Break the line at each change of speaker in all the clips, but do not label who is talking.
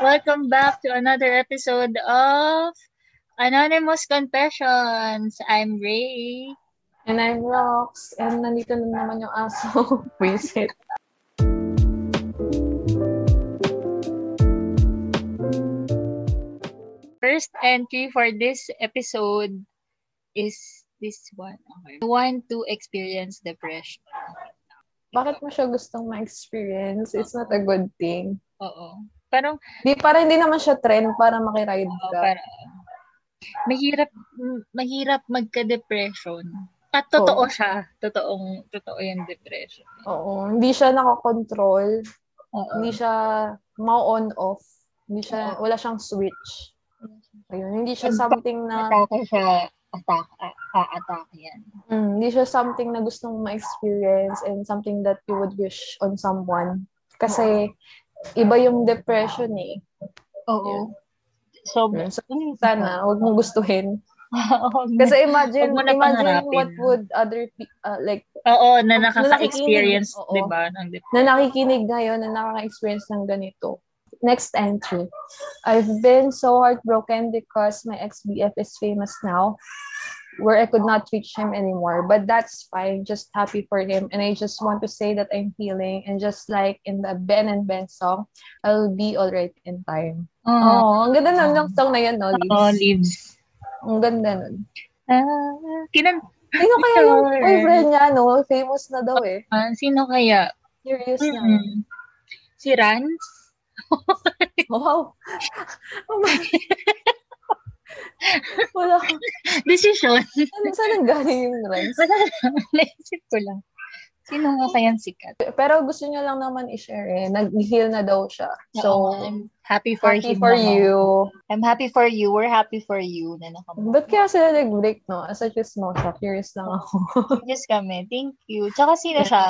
Welcome back to another episode of Anonymous Confessions. I'm Ray.
And I'm Rox. And nandito na naman yung aso. Visit.
First entry for this episode is this one. Okay. Want to experience depression.
Bakit mo siya gustong ma-experience? It's not a good thing.
Oo. Parang
Di, para hindi naman siya trend para makiride
Oo,
ka.
para mahirap m- mahirap magka-depression. At totoo siya. Totoong totoo yung depression.
Oo. Hindi siya nakakontrol.
Oo.
Hindi siya ma-on-off. Hindi siya, wala siyang switch. Ayun, hindi siya
Ang-
something na,
Atake siya. Atake. Atake yan.
mm, hindi siya something na gustong ma-experience and something that you would wish on someone. Kasi, iba yung depression eh.
Oo. So,
Mm, So, sana, huwag mong gustuhin.
Kasi,
Kasi imagine,
Huwag mo na
imagine
pangarapin.
what would other, pe- uh, like,
oo, na
na
nakaka-experience,
nakikinig, oo.
di ba, ng depression.
na nakikinig ngayon, na nakaka-experience ng ganito. Next entry. I've been so heartbroken because my ex-BF is famous now where I could not reach him anymore. But that's fine. Just happy for him. And I just want to say that I'm healing. And just like in the Ben and Ben song, I'll be alright in time.
Oo,
Oh, ang ganda nun yung song na yun, no,
Oo,
Liz?
leaves.
Ang ganda nun.
Ah, kinan,
Sino kaya yung
Sure.
boyfriend niya, no? Famous na daw eh.
ah, sino kaya?
Curious na.
Mm. Si Rans?
Wow. Oh my. Wala ko.
Decision.
Saan, saan ang galing yung runs?
Wala lang. Naisip ko lang. Sino nga kayang sikat?
Pero gusto niya lang naman i-share eh. Nag-heal na daw siya. So,
Oo, I'm happy for
happy
him
for
naman.
you.
I'm happy for you. We're happy for you. Na nakamove.
Ba't kaya sila nag-break, no? As a chismosa. Curious lang ako.
Yes kami. Thank you. Tsaka sino
Yeah.
siya?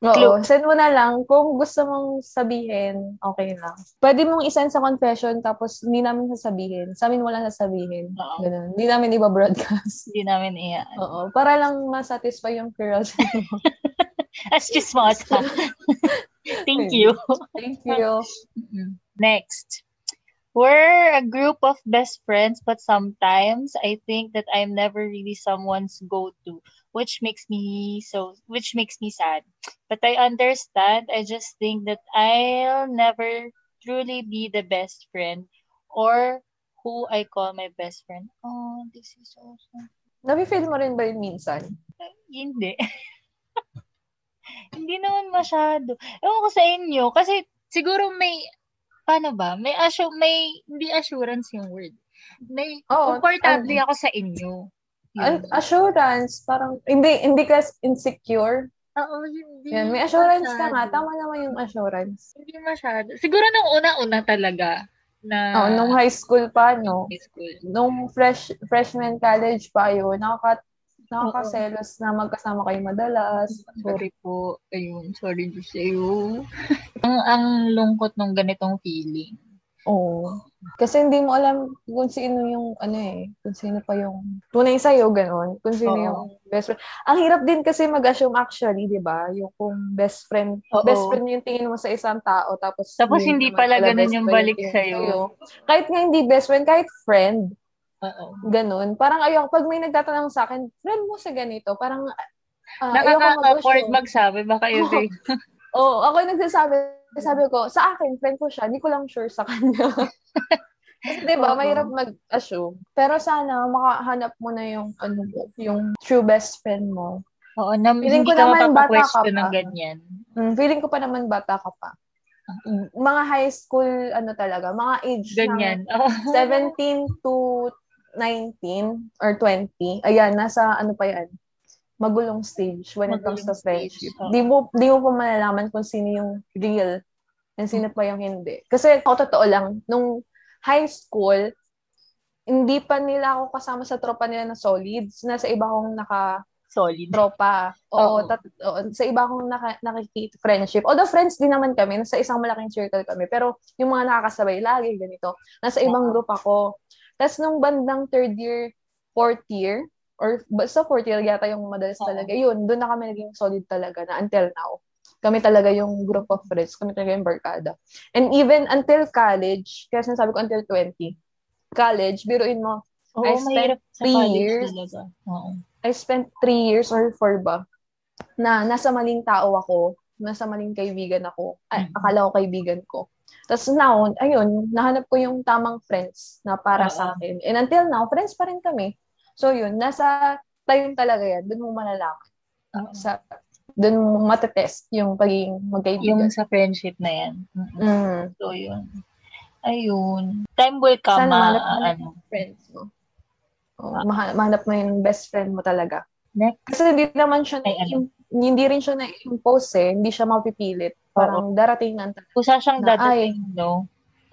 Oo.
Clue.
Send mo na lang. Kung gusto mong sabihin, okay lang. Pwede mong isend sa confession tapos hindi namin sasabihin. Sa amin wala sasabihin.
Oo.
Ganun. Hindi namin iba-broadcast.
Hindi namin iya.
Oo. Para lang masatisfy yung curiosity mo.
As chismosa. Thank you.
Thank you.
Mm. Next. We're a group of best friends, but sometimes I think that I'm never really someone's go-to, which makes me so which makes me sad. But I understand. I just think that I'll never truly be the best friend or who I call my best friend. Oh, this is so sad.
Nafe-feel mo rin ba yun minsan?
Hindi. Hindi naman masyado. Ewan ko sa inyo. Kasi siguro may, paano ba? May, assu- may, hindi assurance yung word. May,
Oo, ah,
comfortable
ano?
ako sa inyo. Yun.
An- assurance, parang, hindi, hindi ka insecure.
Oo, hindi.
Yan, may assurance ka nga.
masyado.
Tama naman yung assurance.
Hindi masyado. Siguro nung una-una talaga na
Oo, Oh, nung high school pa, no?
high school.
Nung fresh, freshman college pa yun, nakaka, nakakaselos na magkasama kayo madalas.
Sorry po. Ayun, sorry din sa'yo. ang, ang lungkot nung ganitong feeling.
Oo. Kasi hindi mo alam kung sino yung, ano eh, kung sino pa yung tunay sa'yo, ganun. Kung sino
Oo.
yung best friend. Ang hirap din kasi mag-assume actually, di ba? Yung kung best friend,
Oo.
best friend yung tingin mo sa isang tao, tapos
Tapos hindi
naman
pala ganun
best
yung
friend
balik
tingin
sa'yo.
Kahit nga hindi best friend, kahit friend,
Oo.
ganun. Parang ayoko, pag may nagtatanong sa akin, friend mo sa ganito, parang ah, ayoko
Nakaka-awkward
mag-assume.
magsabi. Baka yun
Oo.
din.
Oo, ako yung nagsasabi, sabi ko, sa akin, friend ko siya, hindi ko lang sure sa kanya. Kasi diba,
Oo.
mahirap mag-assume. Pero sana, makahanap mo na yung, ano, yung true best friend mo.
Oo, na,
Feeling
hindi
ko
ka
naman bata ka
mapapa-question ng
pa.
ganyan.
Mm, feeling ko pa naman bata ka pa. Mga high school, ano talaga, mga age
Ah. Ganyan. Oo.
ng 17 to 19 or 20. Ayan, nasa ano pa yan? Magulong stage when it comes to
Magulong stage,
friendship.
oo.
Di mo, di mo pa malalaman kung sino yung real and sino pa yung hindi. Kasi ako totoo lang, nung high school, hindi pa nila ako kasama sa tropa nila na solids. Nasa iba akong naka,
Solid.
tropa. Oo,
Oo.
tat- oo, sa iba akong naka- nakikita friendship. Although friends din naman kami, nasa isang malaking circle kami. Pero yung mga nakakasabay lagi ganito. Nasa ibang group ako. Tapos nung bandang third year, fourth year, or basta fourth year yata yung madalas
Oo.
talaga, yun, doon na kami naging solid talaga na until now. kami talaga yung group of friends, kami talaga yung barkada. And even until college, kaya sinasabi ko until 20, college, biruin mo,
Oo,
I
mahirap sa
three
college
years.
talaga. Oo.
I spent three years or four ba, na nasa maling tao ako, nasa maling kaibigan ako, ay,
Mm.
akala ko kaibigan ko. Tapos now, ayun, nahanap ko yung tamang friends na para sa
Oo.
akin. And until now, friends pa rin kami. So yun, nasa time talaga yan, dun mo malalaman.
Oo.
Sa, dun mo matetest yung pagiging magkaibigan.
Yung sa friendship na yan. Mm-mm.
Mm.
So, yun. Ayun. Time will come.
Sana
ah,
mahanap mo
ah,
na-
ano.
friends mo. Oh, maha- mahanap mo yung best friend mo talaga.
Ah. Next.
Kasi hindi naman siya, na,
Ay, ano?
hindi rin siya na-impose eh. Hindi siya mapipilit. Parang darating ng
Kusa siyang
Na- ay.
dadating, no?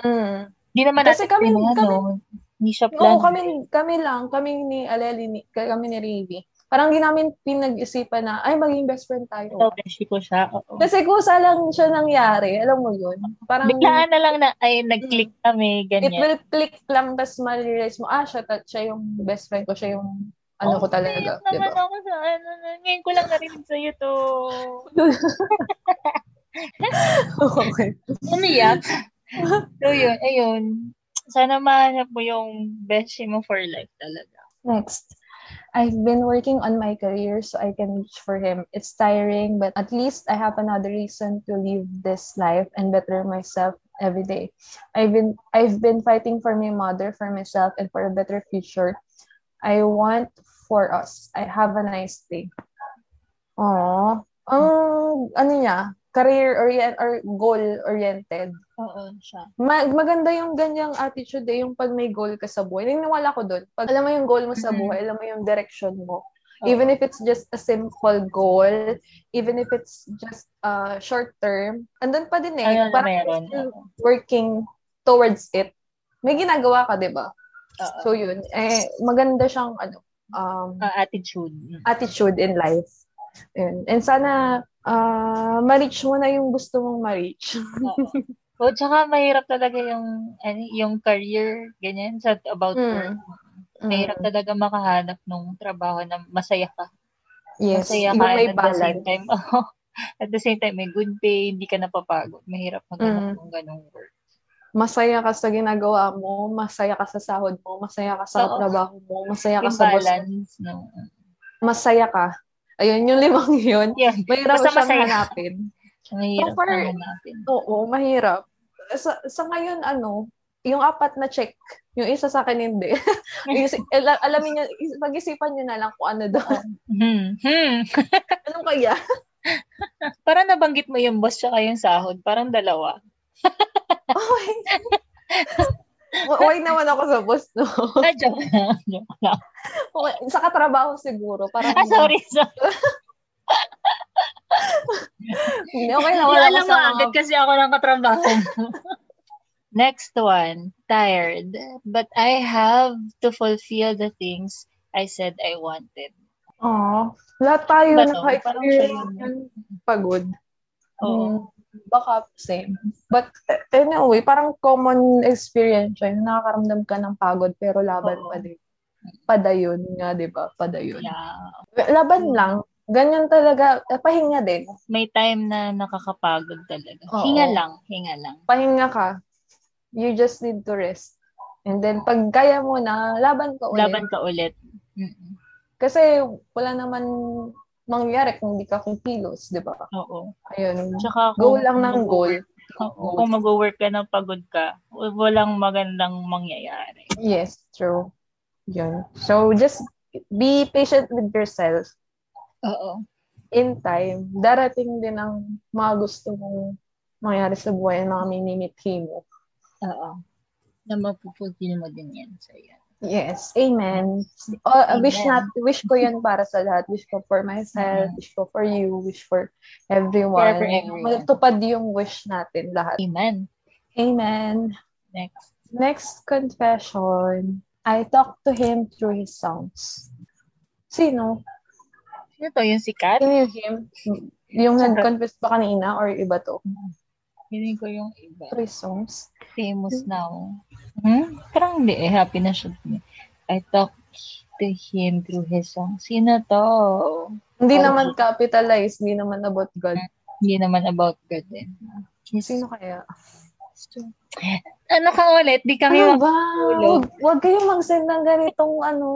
Mm.
Di naman
Kasi
natin
kami-
kailangan,
kami-
no? Hindi siya plan.
Oo, kami, kami lang. Kami ni Aleli, ni, kami ni Rivi. Parang hindi namin pinag-isipan na, ay, maging best friend tayo.
Ikaw, beshi ko siya. Oo.
Kasi kusa lang siya nangyari. Alam mo yun? Parang
Biglaan na lang na, ay, nag-click kami,
it
ganyan.
will click lang, tas ma-realize mo, ah, siya, ta- siya yung best friend ko. Siya yung ano
Oo,
ko talaga.
ngayon naman
Diba?
ako sa, ano, na, ngayon ko lang narinig sa'yo to.
okay.
Umiyak. so, yun, ayun. Sana mahanap mo yung beshi mo for life talaga.
Next. I've been working on my career so I can reach for him. It's tiring, but at least I have another reason to live this life and better myself every day. I've been I've been fighting for my mother, for myself, and for a better future. I want for us. I have a nice day. Aww. Ang ano niya, career orient or goal oriented.
Oo, siya.
Ma- maganda yung ganyang attitude eh, yung pag may goal ka sa buhay. Naniniwala ko doon. Pag alam mo yung goal mo sa
Mhm.
buhay, alam mo yung direction mo.
Oo.
Even if it's just a simple goal, even if it's just uh, short term, andun pa din eh.
Ayun na
Parang
meron.
still working towards it. May ginagawa ka, di ba?
Oo.
So yun, eh, maganda siyang ano, um,
Ah, attitude. Mm.
attitude in life. Yun. And sana uh, ma-reach mo na yung gusto mong ma-reach.
Oo. O, tsaka mahirap talaga yung, ano, yung career, ganyan, sa about work.
Mm.
Mahirap talaga makahanap ng trabaho na masaya ka.
Yes,
Masaya
yung
ka
may
and at the same
balance.
time, oo. oh. at the same time, may good pay, hindi ka napapagod. Mahirap maghanap ng ganong work.
Masaya ka sa ginagawa mo, masaya ka sa sahod mo, masaya ka sa
Oo.
trabaho mo, masaya ka
Yung
sa boss mo,
balance, no?
masaya ka. Ayun, yung limang yun,
Yan.
mahirap
Basta
siyang
masaya.
hanapin.
Mahirap
So far,
na hanapin.
Oo, mahirap. Sa, sa ngayon, ano, yung apat na check, yung isa sa akin hindi. Yung isa- ala- alamin niya, is- pag-isipan niyo na lang kung ano doon.
Hmm. Hmm.
Anong kaya?
Parang nabanggit mo yung boss tsaka yung sahod. Parang dalawa.
Oh, Why naman ako sa boss, no?
Ah, joke lang. Joke lang.
Why- Sa katrabaho siguro. Parang,
Ah, sorry. sorry.
Okay lang,
Hindi,
wala
alam
ko
mo
sa mga
agad kasi ako lang katrabaho mo. Next one, tired. But I have to fulfill the things I said I wanted.
Oo. Lahat tayo
Ba't, oh,
naka-experience
parang siya
ng pagod.
Oo.
Mm, Baka same. But eh, anyway, parang common experience siya. Yung Nakakaramdam ka ng pagod pero laban
Oo.
pa din. Padayon nga, di ba? Padayon.
Yeah.
Laban lang. Ganyan talaga. Eh, Pahinga din.
May time na nakakapagod talaga.
Oo.
Hinga lang, hinga lang.
Pahinga ka. You just need to rest. And then, pag kaya mo na, laban ka ulit.
Laban ka ulit. Mm-mm.
Kasi wala naman mangyayari kung hindi ka kumikilos, di ba?
Oo.
Ayun.
Tsaka
Go
kung
lang ng goal.
mag-work- Oo, Kung mag-work ka ng pagod ka, walang magandang mangyayari.
Yes, true. Yun. So, just be patient with yourself.
Oo.
In time, darating din ang mga gusto mong mangyari sa buhay at mga minimithi mo.
Oo. Na mapupulpil mo din yan. So, yan.
Yes. Amen. Oh,
Amen.
Wish, nat- wish ko yun para sa lahat. Wish ko for myself, wish ko for you, wish for everyone.
For everyone.
Matupad yung wish natin lahat.
Amen.
Amen.
Next.
Next confession. I talked to him through his songs. Sino?
Sino to? Yung sikat?
Sino yung him? Yung nag-confess pa kanina or iba to?
Hindi ko yung iba.
Three songs.
Famous now. Hmm? Parang hindi eh. Happy na siya. dun eh. I talked to him through his song. Sino to?
Hindi
Oh.
naman capitalized, hindi naman about God.
Hindi naman about God eh. din. Yes.
Sino kaya?
Ano ka ulit? Di kami ano?
Ano ba?
makatulog.
Huwag, huwag kayong mag-send ng ganitong ano,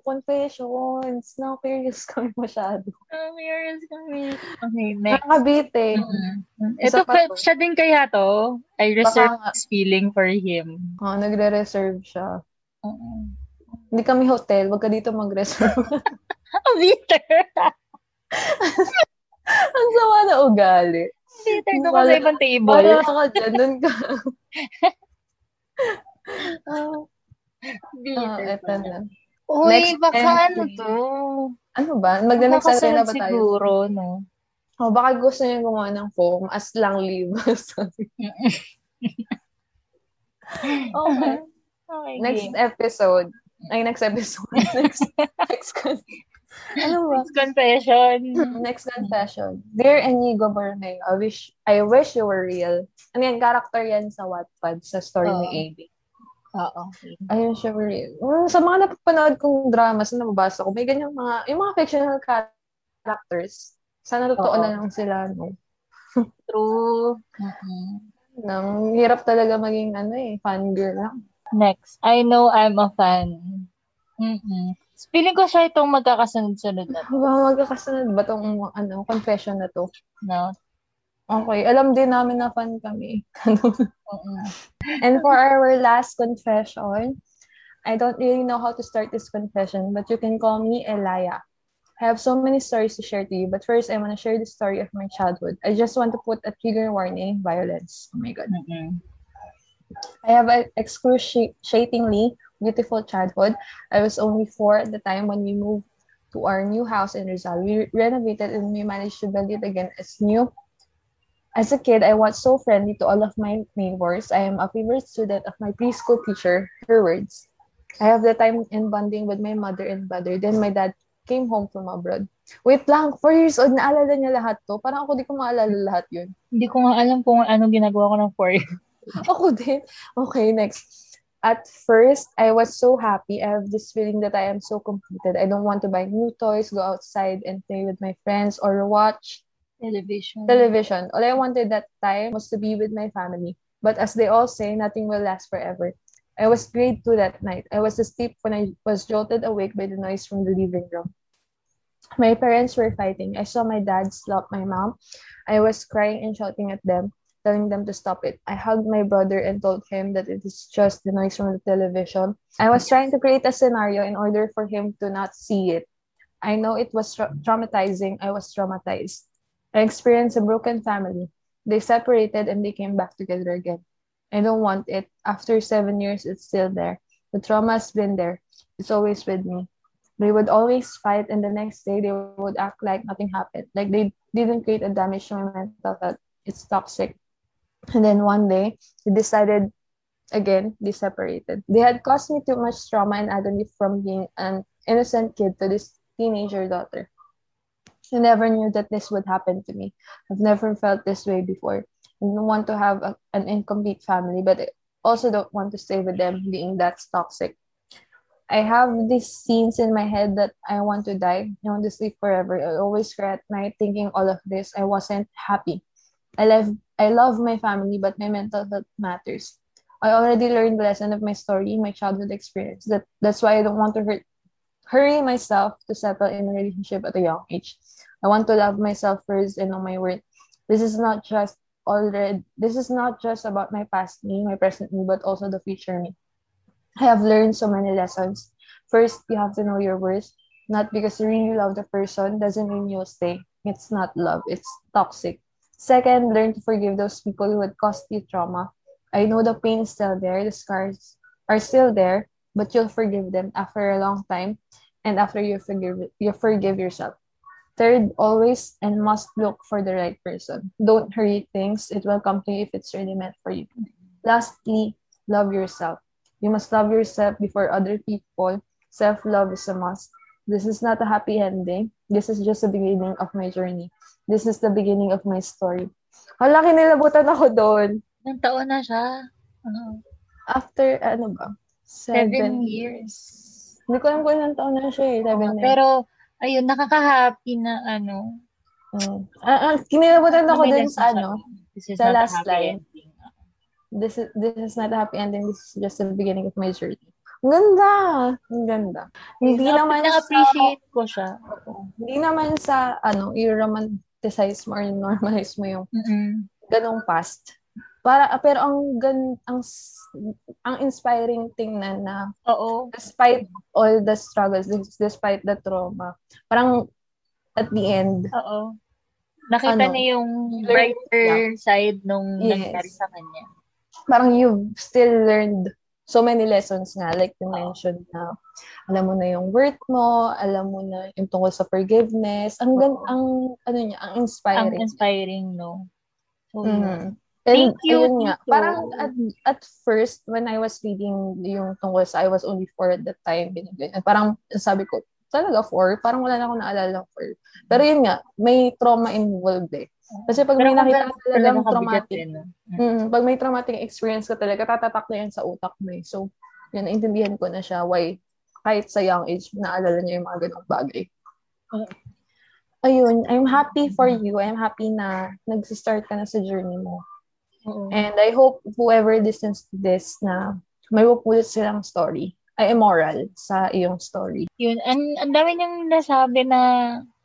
confessions. Now, curious kami masyado.
kami. Okay, next. Mm.
Nakakabite. Ah.
Ito,
Isa pa
ka-
to.
siya din kaya to. I reserve
nga.
this feeling for him.
Oh, nagre-reserve siya.
Oo.
Hindi kami hotel. Huwag ka dito mag-reserve.
Oh, bitter!
Ang sama na ugali.
bitter doon ka sa
Wala-
ibang table.
Wala ka dyan. Doon ka. Ah, ah,
bitter.
eto na.
Uy,
Next
baka
entry.
ano to?
Ano ba? Magna-next
Makakasunod
entry na ba tayo?
siguro, no?
Oh, baka gusto niya gumawa ng foam as lang leave. Sorry. okay.
Okay,
Next
game.
episode. Ay, next episode. Next, next con- ano ba?
Next confession.
Next confession. Dear Inigo Borneo, I wish, I wish you were real. Ano yan? Character yan sa Wattpad, sa story ni
Oo.
AB.
Oo.
I wish you were real. Mm, sa mga napapanood kong dramas na nababasa ko, may ganyang mga, yung mga fictional characters, sana totoo
Oo.
na lang sila, no?
True. Mhm.
Nang hirap talaga maging, ano eh, fangirl lang.
Next. I know I'm a fan. Mm-mm. Feeling ko siya itong magkakasunod-sunod na,
Ba, magkakasunod ba tong ano, confession na to?
no?
Okay, alam din namin na fan kami.
Mm-mm.
And for our last confession, I don't really know how to start this confession, but you can call me Elia. I have so many stories to share to you, but first I want to share the story of my childhood. I just want to put a trigger warning, violence. Oh my god.
Mm-mm.
I have an excruciatingly beautiful childhood. I was only four at the time when we moved to our new house in Rizal. We re- renovated and we managed to build it again as new. As a kid, I was so friendly to all of my neighbors. I am a favorite student of my preschool teacher, her words. I have the time in bonding with my mother and brother. Then my dad came home from abroad. Wait lang, four years old, naalala niya lahat to. Parang ako di ko maalala lahat yun.
Hindi ko nga alam kung ano ginagawa ko ng for you.
Ako din. Okay, next. At first, I was so happy. I have this feeling that I am so completed. I don't want to buy new toys, go outside and play with my friends, or watch
Television.
television. All I wanted that time was to be with my family. But as they all say, nothing will last forever. I was grade two that night. I was asleep when I was jolted awake by the noise from the living room. My parents were fighting. I saw my dad slap my mom. I was crying and shouting at them, telling them to stop it. I hugged my brother and told him that it is just the noise from the television. I was trying to create a scenario in order for him to not see it. I know it was tra- traumatizing. I was traumatized. I experienced a broken family. They separated and they came back together again. I don't want it. After seven years, it's still there. The trauma has been there. It's always with me. They would always fight, and the next day they would act like nothing happened, like they didn't create a damage to my mental health. It's toxic. And then one day, they decided again, they separated. They had caused me too much trauma and agony from being an innocent kid to this teenager daughter. I never knew that this would happen to me. I've never felt this way before. I don't want to have a, an incomplete family, but I also don't want to stay with them being that's toxic. I have these scenes in my head that I want to die. I want to sleep forever. I always cry at night thinking all of this. I wasn't happy. I love I love my family, but my mental health matters. I already learned the lesson of my story, my childhood experience. That that's why I don't want to hurt hurry myself to settle in a relationship at a young age. I want to love myself first and know my worth. This is not just already this is not just about my past me, my present me, but also the future me. I have learned so many lessons. First, you have to know your worth. Not because you really love the person doesn't mean you'll stay. It's not love, it's toxic. Second, learn to forgive those people who had caused you trauma. I know the pain is still there, the scars are still there, but you'll forgive them after a long time and after you forgive you forgive yourself. Third, always and must look for the right person. Don't hurry things. It will come to you if it's really meant for you. Lastly, love yourself. You must love yourself before other people. Self love is a must. This is not a happy ending. This is just the beginning of my journey. This is the beginning of my story. Hala, kinilabutan ako doon.
Ilang taon na siya? Oo.
After, ano ba?
Seven years. Ah,
Hindi ko alam kung ilang taon na siya eh. Seven years.
Pero, ayun, nakaka-happy na ano.
Mm. Ah, ah, kinilabutan ako
May
dun
lesson
sa ano.
This is
sa
not a
last
happy
line.
ending.
This is, this is not a happy ending. This is just the beginning of my journey. Ang ganda! Ang ganda. Hindi
Na-
naman sa,
na-appreciate ko siya.
hindi naman sa, ano, i-romanticize mo or normalize mo yung
Mm-mm.
ganong past. Para, ah, pero ang, gan, ang, s- ang inspiring thing na, na
Oo.
despite all the struggles, des- despite the trauma, parang at the end,
Oo. Nakita
Ano?
niya yung
Learn-
brighter side nung
Yes.
nangyari sa kanya.
parang you've still learned so many lessons nga, like you mentioned na alam mo na yung worth mo, alam mo na yung tungkol sa forgiveness. Ang, gan-
Oo.
ang ano niya, ang
Ang
inspiring.
inspiring, no? So,
Mhm. And
Thank you,
ayun nga,
thank you.
parang at, at first, when I was reading yung tungkol sa I was only four at that time, binigay, at parang sabi ko, talaga four? Parang wala na akong naalala four. Pero yun nga, may trauma involved eh. Kasi pag
Pero
may
kung
nakita ka
ganun pala
talagang
nakabigat eh.
traumatic,
din, no?
Mm, pag may traumatic experience ka talaga, tatatak na yan sa utak mo eh. So, yun, naintindihan ko na siya why kahit sa young age, naalala niya yung mga ganong bagay.
Mm.
Ayun, I'm happy for you. I'm happy na nag-start ka na sa journey mo.
Oo.
And I hope whoever listens to this na may pupulit silang story ay moral sa iyong story.
Yun, ang, ang dami niyang nasabi na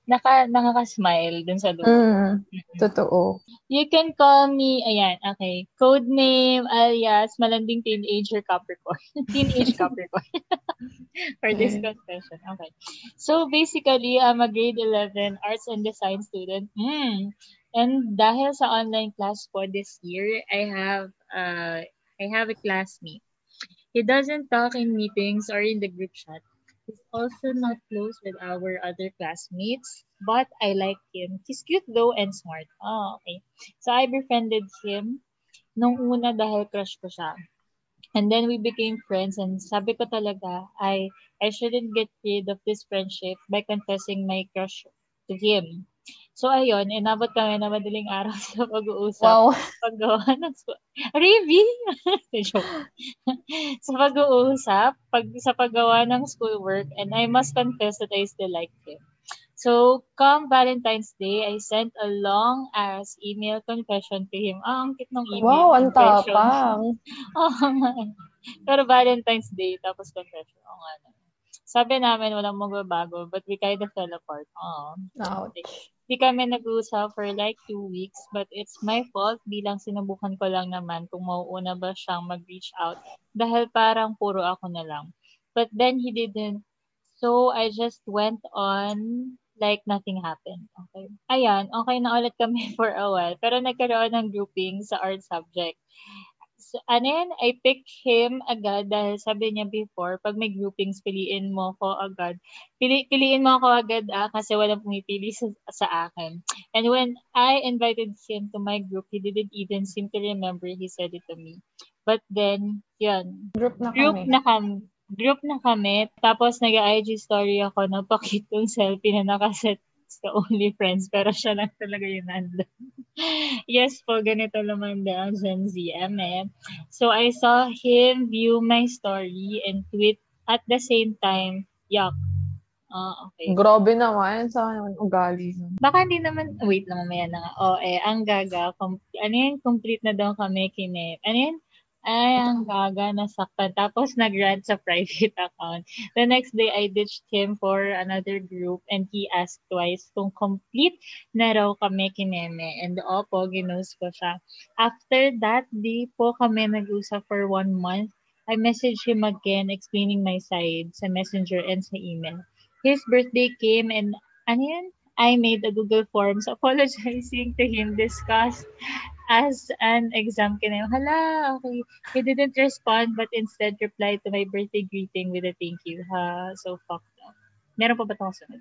naka, nakakasmile dun sa dulo.
Mm, totoo.
You can call me, ayan, okay. Code name, alias, malanding teenager Capricorn. Teenage Capricorn. For this confession. Okay. So, basically, I'm a grade 11 arts and design student. Hmm. And dahil sa online class po this year, I have, uh, I have a classmate. He doesn't talk in meetings or in the group chat. He's also not close with our other classmates, but I like him. He's cute though and smart. Oh, okay. So I befriended him nung una dahil crush ko siya. And then we became friends and sabi ko talaga, I, I shouldn't get rid of this friendship by confessing my crush to him. So ayun, inabot kami na madaling araw sa pag-uusap
Wow.
paggawa ng sw- Really? Joke. sa pag-uusap, pag, sa paggawa ng schoolwork, and I must confess that I still like him. So, come Valentine's Day, I sent a long-ass email confession to him. Ah, ang cute ng email.
Wow, ang
confession.
tapang.
Oo nga. Pero Valentine's Day, tapos confession. Oo nga. no. Sabi namin, walang magbabago, but we kind of fell apart. Oo.
Ouch.
Hindi kami nag-uusap for like two weeks, but it's my fault bilang sinubukan ko lang naman kung mauuna ba siyang mag-reach out dahil parang puro ako na lang. But then he didn't. So I just went on like nothing happened. Okay. Ayan, okay na ulit kami for a while. Pero nagkaroon ng grouping sa art subject. So, ano yan? I pick him agad dahil sabi niya before, pag may groupings, piliin mo ko agad pili, piliin mo ako agad ah, kasi walang pumipili sa, sa akin. And when I invited him to my group, he didn't even seem to remember he said it to me. But then, yun,
Group na
group
kami.
na kami. Group na kami. Tapos nag-IG story ako ng pakitong selfie na nakaset sa only friends pero siya lang talaga yun nandun. yes po, ganito lumanda ang Gen Z MM. So I saw him view my story and tweet at the same time, yuck. Ah, okay.
Grabe naman. Sa naman ugali.
Baka hindi naman, wait lang, mamaya na nga. O, eh, ang gaga, com- ano yan, complete na daw kami kine. Ano yan? Ay, ang gaga, nasaktan. Tapos nag-rant sa private account. The next day, I ditched him for another group and he asked twice kung complete na raw kami kineme. And opo, ginos ko siya. After that, di po kami nag-usap for one month. I messaged him again explaining my side sa messenger and sa email. His birthday came and ano yan? I made a Google Forms apologizing to him discussed as an exam kinayo. Hala, okay. He didn't respond but instead replied to my birthday greeting with a thank you. Ha, so fucked up. Meron pa ba itong sunod?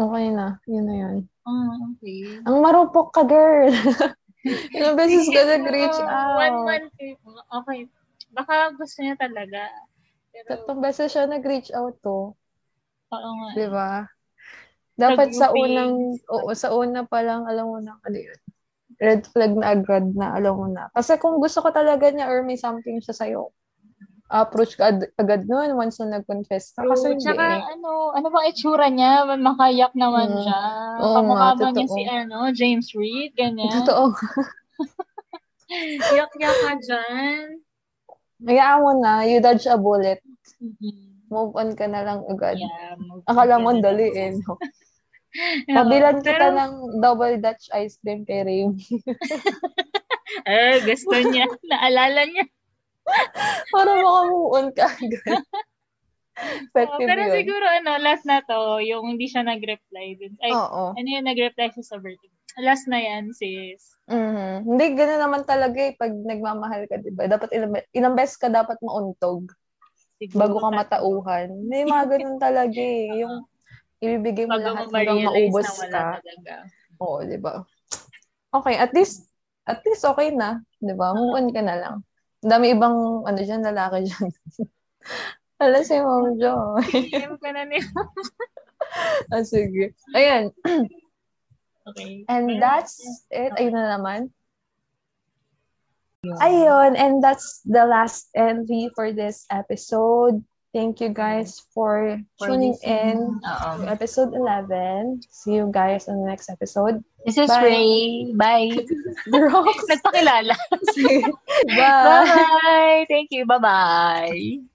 Okay na. Yun na yun.
Ah, okay.
Ang marupok ka, girl. Ilang beses ka nag-reach out.
One month. eh. Okay. Baka gusto niya talaga. Pero,
Tatlong beses siya nag-reach out to.
oo nga.
Di ba? Dapat sa
groupings.
unang, oo, sa una pa lang, alam mo na, ano yun, red flag na agad na, alam mo na. Kasi kung gusto ko talaga niya or may something siya sa'yo, approach ka ag- agad nun once na nag-confess ka. Kasi hindi
Tsaka,
eh.
ano, ano bang itsura niya? Makayak naman
Mm.
siya.
Oo
Kamukha
nga,
bang yun
totoo.
si, ano, James Reed? Ganyan.
Totoo.
Yak-yak ka dyan.
Hayaan mo na, you dodge a bullet.
Mhm.
Move on ka na lang agad.
Yeah, mag-
Akala mo ang dali eh.
Oo.
No? Pabilan kita
Pero,
ng double Dutch ice cream kay Remy.
Eh, gusto niya. Naalala niya.
Para makamove on ka agad.
Oo,
Effective
pero
yun.
siguro, ano, last na to, yung hindi siya nag-reply. dun. Ay,
Oo.
ano yun, nag-reply siya sa birthday. Last na yan, sis.
Mhm. Hindi, gano'n naman talaga eh. Pag nagmamahal ka, diba? Dapat ilang, ilang beses ka dapat mauntog
Siguro,
bago ka matauhan. Hindi, mga ganun talaga eh. Yung ibibigay mo
Bago
lahat
mo
hanggang
ma-realize
maubos
na wala
ka.
talaga.
Oo, di ba? Okay, at least, at least okay na. Di ba? Move on ka na lang. Ang dami ibang, ano dyan, lalaki dyan. Alam si Mom Jo.
PM ka na nila.
ah, sige. Ayan.
Okay.
And that's it. Ayun na naman. Ayun, and that's the last entry for this episode. Thank you guys for,
For
tuning in
listening. Oo.
to episode 11. See you guys on the next episode.
This is
Bye.
Ray. Bye.
Rocks.
Nagpakilala.
Bye.
Bye-bye. Thank you. Bye-bye.